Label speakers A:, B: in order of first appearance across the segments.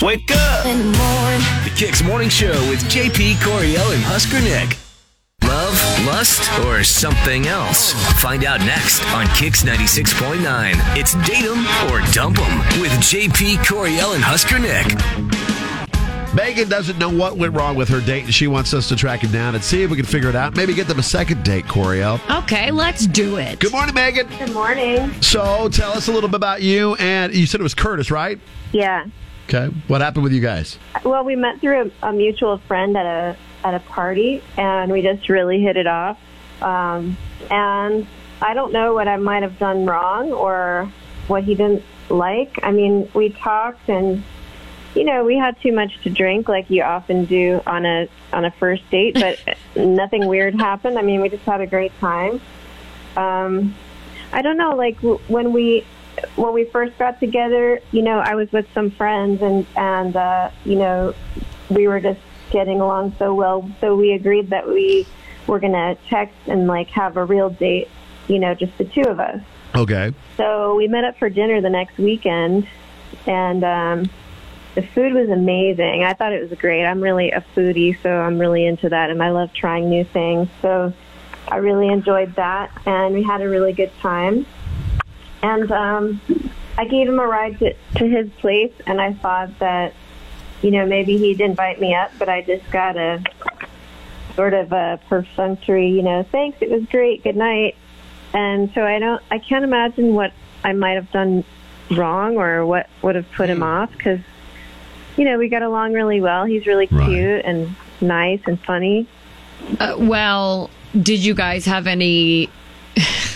A: Wake up!
B: in the morning.
A: The Kicks Morning Show with JP Coriel and Husker Nick. Love, lust, or something else? Find out next on Kicks 96.9. It's Date 'em or Dump 'em with JP Coriel and Husker Nick.
C: Megan doesn't know what went wrong with her date, and she wants us to track him down and see if we can figure it out. Maybe get them a second date, Coriel.
D: Okay, let's do it.
C: Good morning, Megan.
E: Good morning.
C: So tell us a little bit about you, and you said it was Curtis, right?
E: Yeah.
C: Okay. What happened with you guys?
E: Well, we met through a, a mutual friend at a at a party, and we just really hit it off. Um, and I don't know what I might have done wrong or what he didn't like. I mean, we talked, and you know, we had too much to drink, like you often do on a on a first date. But nothing weird happened. I mean, we just had a great time. Um, I don't know, like w- when we when we first got together, you know, I was with some friends and and uh, you know, we were just getting along so well, so we agreed that we were gonna text and like have a real date, you know, just the two of us.
C: Okay.
E: So we met up for dinner the next weekend, and um, the food was amazing. I thought it was great. I'm really a foodie, so I'm really into that, and I love trying new things. So I really enjoyed that, and we had a really good time. And um, I gave him a ride to, to his place, and I thought that, you know, maybe he'd invite me up, but I just got a sort of a perfunctory, you know, thanks, it was great, good night. And so I don't, I can't imagine what I might have done wrong or what would have put him off because, you know, we got along really well. He's really
C: Right.
E: cute and nice and funny.
D: Uh, well, did you guys have any?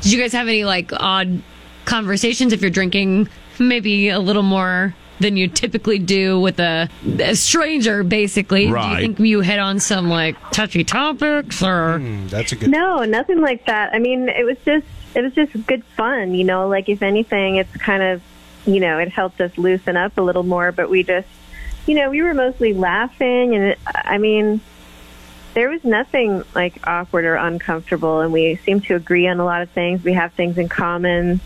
D: did you guys have any like odd conversations if you're drinking maybe a little more than you typically do with a, a stranger? Basically, do you
C: Right.
D: think you hit on some like touchy topics or?
F: That's a good.
E: No, nothing like that. I mean, it was just it was just good fun, you know. Like if anything, it's kind of you know it helped us loosen up a little more. But we just you know we were mostly laughing, and it, I mean there was nothing like awkward or uncomfortable, and we seemed to agree on a lot of things. We have things in common,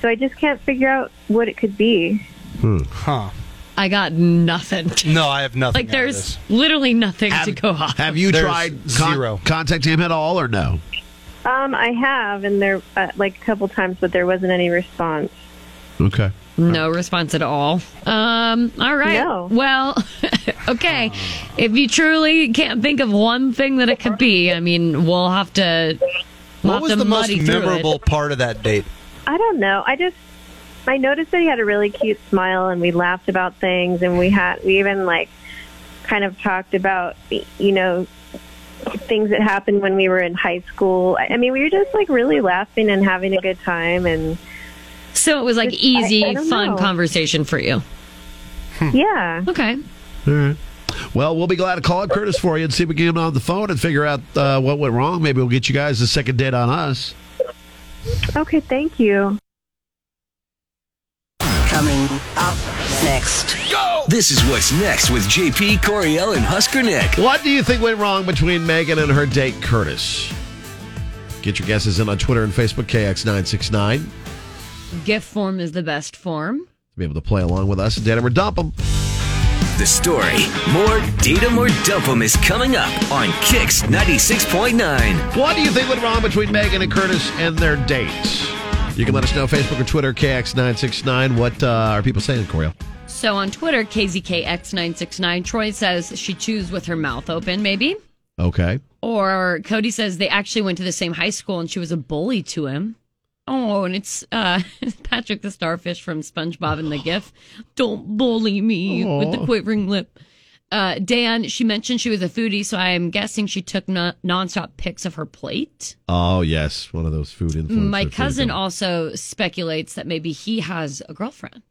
E: so I just can't figure out what it could be.
F: Huh.
D: I got nothing.
F: No, I have nothing.
D: Like there's literally nothing to go off.
C: Have you
F: There's
C: tried con-
F: zero.
C: contacting him at all or no?
E: Um, I have, and there uh, like a couple times, but there wasn't any response.
C: Okay.
D: No response at all. Um, all right.
E: No.
D: Well, okay. If you truly can't think of one thing that it could be, I mean, we'll have to. we'll
F: What
D: have
F: was
D: to
F: the most
D: muddy through it.
F: memorable part of that date?
E: I don't know. I just I noticed that he had a really cute smile, and we laughed about things, and we had we even like kind of talked about you know things that happened when we were in high school. I I mean, we were just like really laughing and having a good time, and
D: So it was like
E: I-
D: easy,
E: I don't
D: fun
E: know.
D: conversation for you.
E: yeah,
D: Okay.
C: All right. Well, we'll be glad to call up Curtis for you and see if we can get him on the phone and figure out uh, what went wrong. Maybe we'll get you guys a second date on us.
E: okay, thank you.
B: Coming up next.
A: This is what's next with JP Coriel and Husker Nick.
C: What do you think went wrong between Megan and her date, Curtis? Get your guesses in on Twitter and Facebook, KX969, to
D: Gift form is the best form.
C: be able to play along with us and date 'em or dump 'em.
A: The story, more Date 'em or Dump 'em is coming up on Kicks 96.9.
C: What do you think went wrong between Megan and Curtis and their dates? You can let us know Facebook or Twitter, KX969. What uh, are people saying, Coriel?
D: So on Twitter, KZKX969, Troy says she chews with her mouth open, maybe.
C: Okay.
D: Or Cody says they actually went to the same high school and she was a bully to him. Oh, and it's uh, Patrick the Starfish from SpongeBob in the GIF. Don't bully me with the quivering lip. Uh, Dan, she mentioned she was a foodie, so I'm guessing she took no- nonstop pics of her plate.
C: Oh, yes. One of those food influencers.
D: My cousin
C: Oh,
D: also speculates that maybe he has a girlfriend.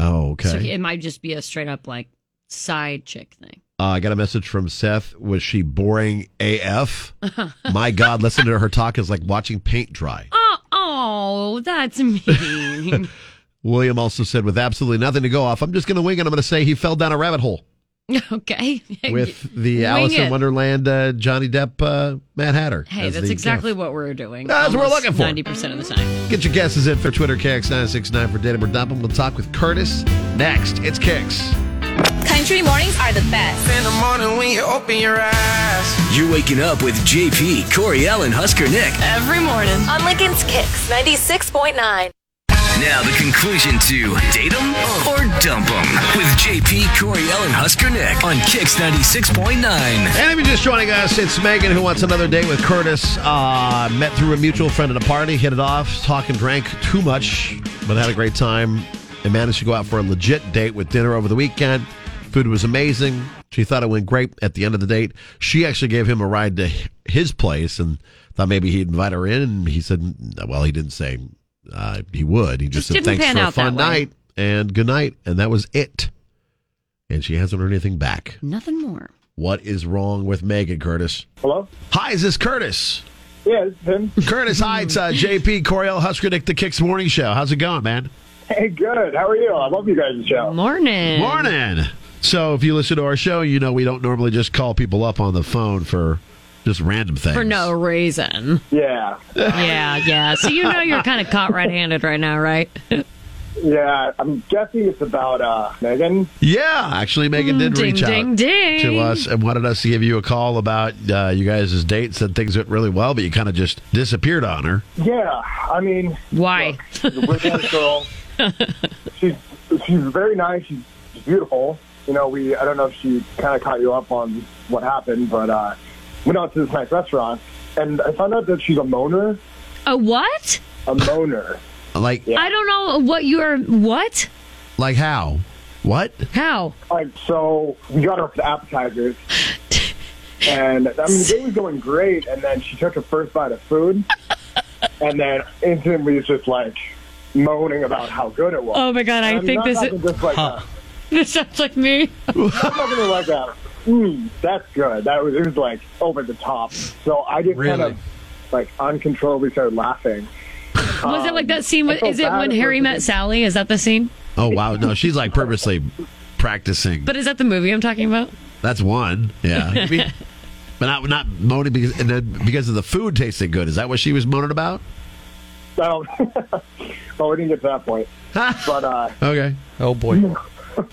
C: Oh, okay.
D: So it might just be a straight up like side chick thing.
C: Uh, I got a message from Seth. Was she boring AF? My God, listening to her talk is like watching paint dry.
D: Oh, oh that's mean.
C: William also said, with absolutely nothing to go off, I'm just going to wing it. I'm going to say he fell down a rabbit hole.
D: Okay.
C: with the
D: Wing
C: Alice in
D: it.
C: Wonderland uh, Johnny Depp uh, Mad Hatter.
D: Hey,
C: as
D: that's
C: the
D: exactly what we're doing.
C: That's what we're looking for.
D: Ninety percent of the time.
C: Get your guesses in for Twitter, KX969 for Datum or Dumping. We'll talk with Curtis next. It's Kicks.
G: Country mornings are the best.
H: in the morning when you open your eyes.
A: You're waking up with JP, Coriel, and Husker Nick.
B: Every morning.
G: On Lincoln's Kicks 96.9.
A: Now the conclusion to date 'em or dump 'em with JP, Coriel, and Husker Nick on Kix 96.9.
C: And if you're just joining us, it's Megan who wants another date with Curtis. Uh, met through a mutual friend at a party, hit it off, talked and drank too much, but had a great time and managed to go out for a legit date with dinner over the weekend. Food was amazing. She thought it went great at the end of the date. She actually gave him a ride to his place and thought maybe he'd invite her in. And he said, well, he didn't say uh, he would. He
D: Just
C: just, said,
D: didn't
C: thanks
D: pan
C: for a
D: out that
C: fun
D: way.
C: night and good night. And that was it. And she hasn't heard anything back.
D: Nothing more.
C: What is wrong with Megan Curtis?
I: Hello?
C: Hi, is this Curtis?
I: Yeah, this is him.
C: Curtis, hi, it's uh, JP Coriel Huskredick, the Kicks Morning Show. How's it going, man?
I: Hey, good. How are you? I love you guys' show.
D: Morning.
C: Morning. So, if you listen to our show, you know we don't normally just call people up on the phone for just random things.
D: For no reason.
I: Yeah.
D: Yeah, yeah. So you know you're kind of caught red-handed right now, right?
I: Yeah. I'm guessing it's about uh Megan.
C: Yeah, actually, Megan did
D: Ding,
C: reach
D: Mm, ding,
C: out
D: ding.
C: to us and wanted us to give you a call about uh, you guys' dates and things went really well, but you kind of just disappeared on her.
I: Yeah. I mean
D: Why?
I: she's a brilliant girl. She's she's very nice, she's beautiful. You know, we I don't know if she kinda caught you up on what happened, but uh went out to this nice restaurant and I found out that she's a moaner.
D: A what?
I: A moaner.
C: Like,
D: I don't know what you're. What?
C: like how? What?
D: How?
I: Like so, we got her appetizers, and I mean the day was going great, and then she took her first bite of food, and then instantly was just like moaning about how good it was.
D: Oh my god! I
I: I'm
D: think
I: not
D: this
I: talking
D: is,
I: just like
D: this sounds like me.
I: that. I'm not gonna like that. Mm, that's good. That was it was like over the top. So I just kind
F: Really?
I: of like uncontrollably started laughing.
D: Was it like that scene?
I: I
D: With,
I: felt
D: is it
I: bad
D: when
I: at
D: Harry
I: first.
D: met Sally? Is that the scene?
C: Oh, wow. No, she's like purposely practicing.
D: But is that the movie I'm talking about?
C: That's one. Yeah. I mean, but not not moaning because and then because of the food tasting good. Is that what she was moaning about?
I: So, well, we didn't get to that point, but uh,
C: Okay.
F: Oh boy.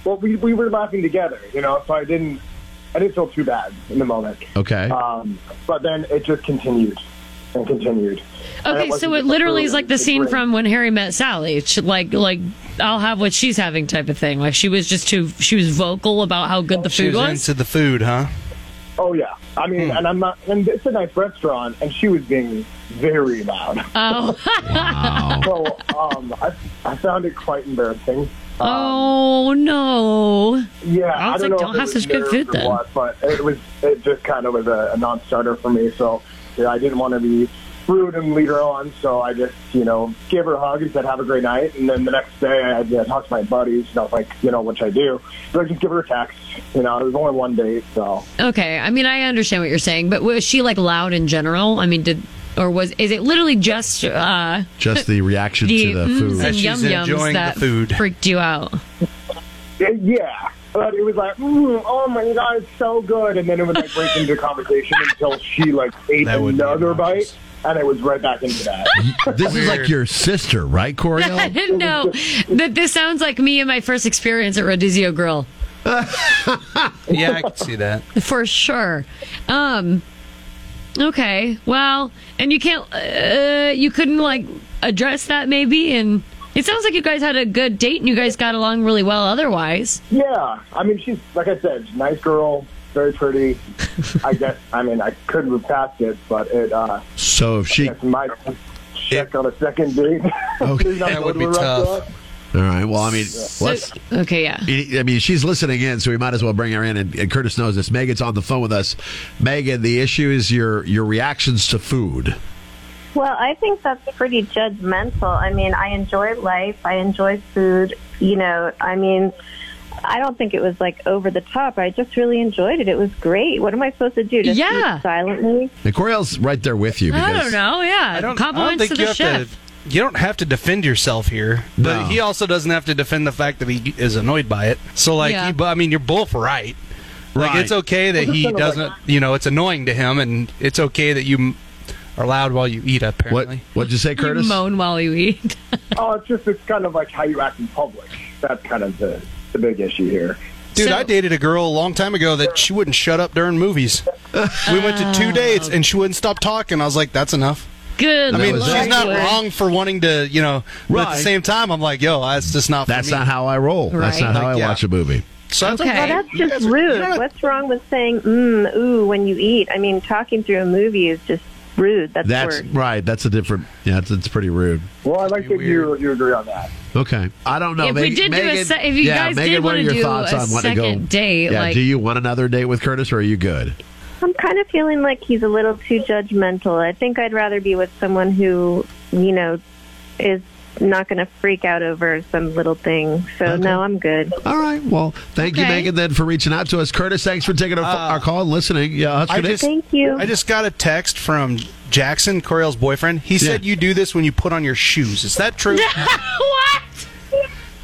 I: well, we we were laughing together, you know. So I didn't I didn't feel too bad in the moment.
C: Okay.
D: Uh,
I: Um, but then it just continued and continued. And
D: Okay, so
I: wasn't
D: it
I: just
D: literally
I: her,
D: is like the
I: it was
D: scene
I: great.
D: from when Harry met Sally. It's like like I'll have what she's having type of thing. Like she was just too she was vocal about how good the
F: Oh, She
D: food
F: was
D: was.
F: into the food, huh?
I: Oh yeah, I mean, and I'm not. And it's a nice restaurant, and she was being very loud.
D: Oh,
I: so um, I I found it quite embarrassing.
D: oh no.
I: Yeah,
D: I
I: I,
D: was
I: don't
D: like,
I: know
D: don't
I: if it
D: have
I: was
D: such good
I: nerves
D: food
I: or
D: then.
I: What, but it was it just kind of was a, a non-starter for me. So yeah, I didn't want to be rude and lead her on. So I just you know gave her a hug and said have a great night. And then the next day I, you know, talked to my buddies and I was like you know which I do. So I just give her a text. You know it was only one date, so
D: Okay, I mean I understand what you're saying, but was she like loud in general? I mean, did or was is it literally just uh
C: Just the reaction
D: the,
C: to the
D: mm,
C: food.
D: and
F: She's
D: yum yums
F: enjoying the
D: that
F: food.
D: freaked you out?
I: it, yeah. But it was like, mm, oh my god, it's so good, and then it would like break into conversation until she like ate
F: That would be
I: another
F: obnoxious.
I: bite, and it was right back into that.
C: This is like your sister, right,
D: I
C: Coriel?
D: didn't know that this sounds like me and my first experience at Rodizio Grill.
F: Yeah, I could see that.
D: for sure. Um, okay, well, and you can't, uh, you couldn't like address that maybe, and it sounds like you guys had a good date and you guys got along really well. Otherwise,
I: Yeah, I mean, she's like I said, she's a nice girl, very pretty. I guess I mean I couldn't move past it, but it uh,
C: So if she, all
I: that's my check on a second date.
C: Okay.
I: Not
F: That would
I: going to
F: be
I: a
F: tough.
I: restaurant.
C: right. Well, I mean, let's.
D: okay, yeah.
C: I mean, she's listening in, so we might as well bring her in. And, and Curtis knows this. Megan's on the phone with us. Megan, the issue is your your reactions to food.
E: Well, I think that's pretty judgmental. I mean, I enjoy life. I enjoy food. You know, I mean, I don't think it was like over the top. I just really enjoyed it. It was great. What am I supposed to do? Just
D: Yeah.
E: eat silently?
C: And Coriel's right there with you. Because
D: I don't know. Yeah,
F: I don't, I
D: compliments
F: don't think
D: to
F: you
D: the
F: have
D: chef.
F: to. You don't have to defend yourself here, but
C: No.
F: he also doesn't have to defend the fact that he is annoyed by it. So, like,
D: Yeah.
F: you- but I mean, you're both right. Like
C: Right.
F: it's okay that he doesn't. You know, it's annoying to him, and it's okay that you m- are loud while you eat.
C: What?
F: Apparently,
C: What'd you say, Curtis?
D: You moan while you eat.
I: Oh, it's just it's kind of like how you act in public. That's kind of the the big issue here.
F: dude,
D: So-
F: I dated a girl a long time ago that she wouldn't shut up during movies. we went to
D: Oh.
F: two dates, and she wouldn't stop talking. I was like, that's enough.
D: Good.
F: I mean,
C: was
D: Lord.
F: she's not wrong for wanting to, you know. But at
C: Right.
F: the same time, I'm like, yo, that's just not.
C: That's
F: for me.
C: not how I roll. That's
D: Right.
C: not how I
F: Like, yeah.
C: watch a movie.
F: So that's
D: Okay.
F: okay.
D: Well,
E: That's
F: You
E: just
F: guys are- you
E: rude.
F: don't have-
E: What's wrong with saying mm, ooh when you eat? I mean, talking through a movie is just rude. That's,
C: That's
E: weird.
C: right. That's a different. Yeah, it's, it's pretty rude.
I: Well, I like that you you agree on that.
C: Okay, I don't know.
D: If we
C: Megan-
D: did do a
C: Megan-
D: se- if you
C: yeah,
D: guys
C: Megan,
D: did
C: what are
D: wanna
C: your
D: do
C: thoughts
D: a
C: on wanting to go-
D: second date,
C: Yeah,
D: like-
C: do you want another date with Curtis, or are you good?
E: I'm kind of feeling like he's a little too judgmental. I think I'd rather be with someone who you know is not going to freak out over some little thing. So no, I'm good.
C: All right. Well, thank you,
D: Okay.
C: Megan, then for reaching out to us. Curtis, thanks for taking our, our call and listening. Yeah, Husker
F: I
C: Nick.
F: just-
E: Thank you.
F: I just got a text from Jackson, Coriel's boyfriend. He said
C: Yeah.
F: you do this when you put on your shoes. Is that true?
D: what?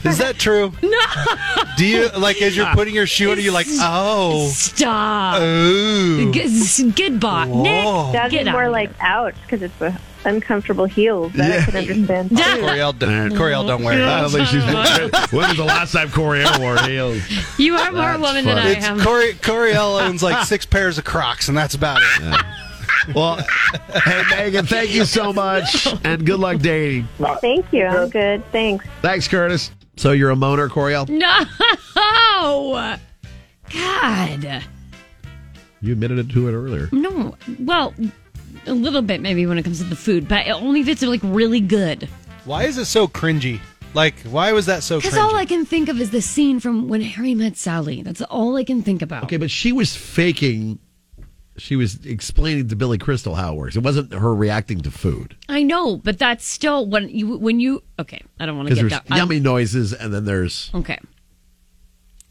F: Is that true? No. Do you like as you're putting your shoe on? Are you like, oh,
D: Stop.
F: ooh?
D: G- s- goodbye,
E: That'd
D: Nick.
E: be
D: Get out
E: more
D: of
E: like
D: here.
E: ouch because it's a uncomfortable heels. That I can understand.
F: Coriel, don't, Coriel, don't wear
C: I
F: it.
C: don't think she's when was the last time Corey ever wore heels?
D: You are more woman than I
F: It's
D: am.
F: Cori- Coriel owns like six pairs of Crocs, and that's about it.
C: Well, hey, Megan, thank you so much, and good luck dating.
E: Thank you. I'm good. Thanks.
C: Thanks, Curtis. So you're a moaner, Coriel?
D: no. God.
C: You admitted to it earlier.
D: No. Well, a little bit maybe when it comes to the food, but only if it's like really good.
F: Why is it so cringy? Like, why was that so
D: Because
F: cringy?
D: all I can think of is the scene from when Harry met Sally. That's all I can think about.
C: Okay, but she was faking. She was explaining to Billy Crystal how it works. It wasn't her reacting to food
D: I know, but that's still when you when you okay. I don't want to get
C: because there's
D: that. I'm-
C: yummy noises, and then there's
D: Okay.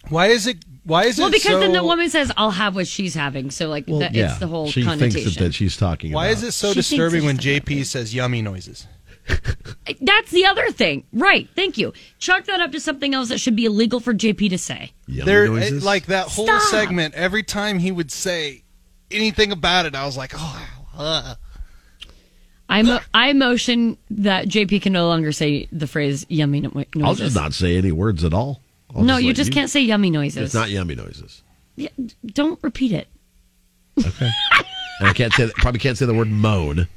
F: why is it? Why is
D: Well,
F: it?
D: because
F: so,
D: then the woman says, "I'll have what she's having," so like
C: well,
D: that,
C: yeah.
D: it's the whole
C: she thinks
D: connotation.
C: that, that she's talking.
F: Why
C: about.
F: is it so
D: She thinks
F: disturbing
D: it's
F: when
D: just
F: JP says yummy noises?
D: That's the other thing, right? Thank you. Chalk that up to something else that should be illegal for JP to say.
C: yummy
F: There, it-
C: noises?
F: like that whole
D: Stop.
F: segment. Every time he would say anything about it, I was like, oh, uh.
D: I mo- I motion that JP can no longer say the phrase "yummy no- noises."
C: I'll just not say any words at all. I'll
D: no, you
C: let
D: just can't say "yummy noises."
C: It's not yummy noises.
D: Yeah, don't repeat it.
C: And I can't say. Probably can't say the word moan.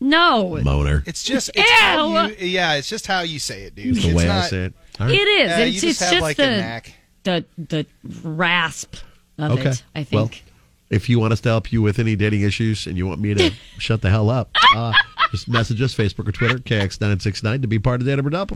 D: No,
C: Moaner.
F: It's just it's how
D: Ew.
F: you, yeah, it's just how you say it, dude.
C: The
F: it's
C: way
F: not,
C: I say it. All
D: it
C: right.
D: is.
F: Yeah,
D: it's
F: you
D: it's
F: just have like a
D: the,
F: knack.
D: the the rasp of
C: Okay.
D: it. I think.
C: Well, if you want us to help you with any dating issues and you want me to shut the hell up, uh, just message us Facebook or Twitter KX nine six nine to be part of the Edinburgh Double.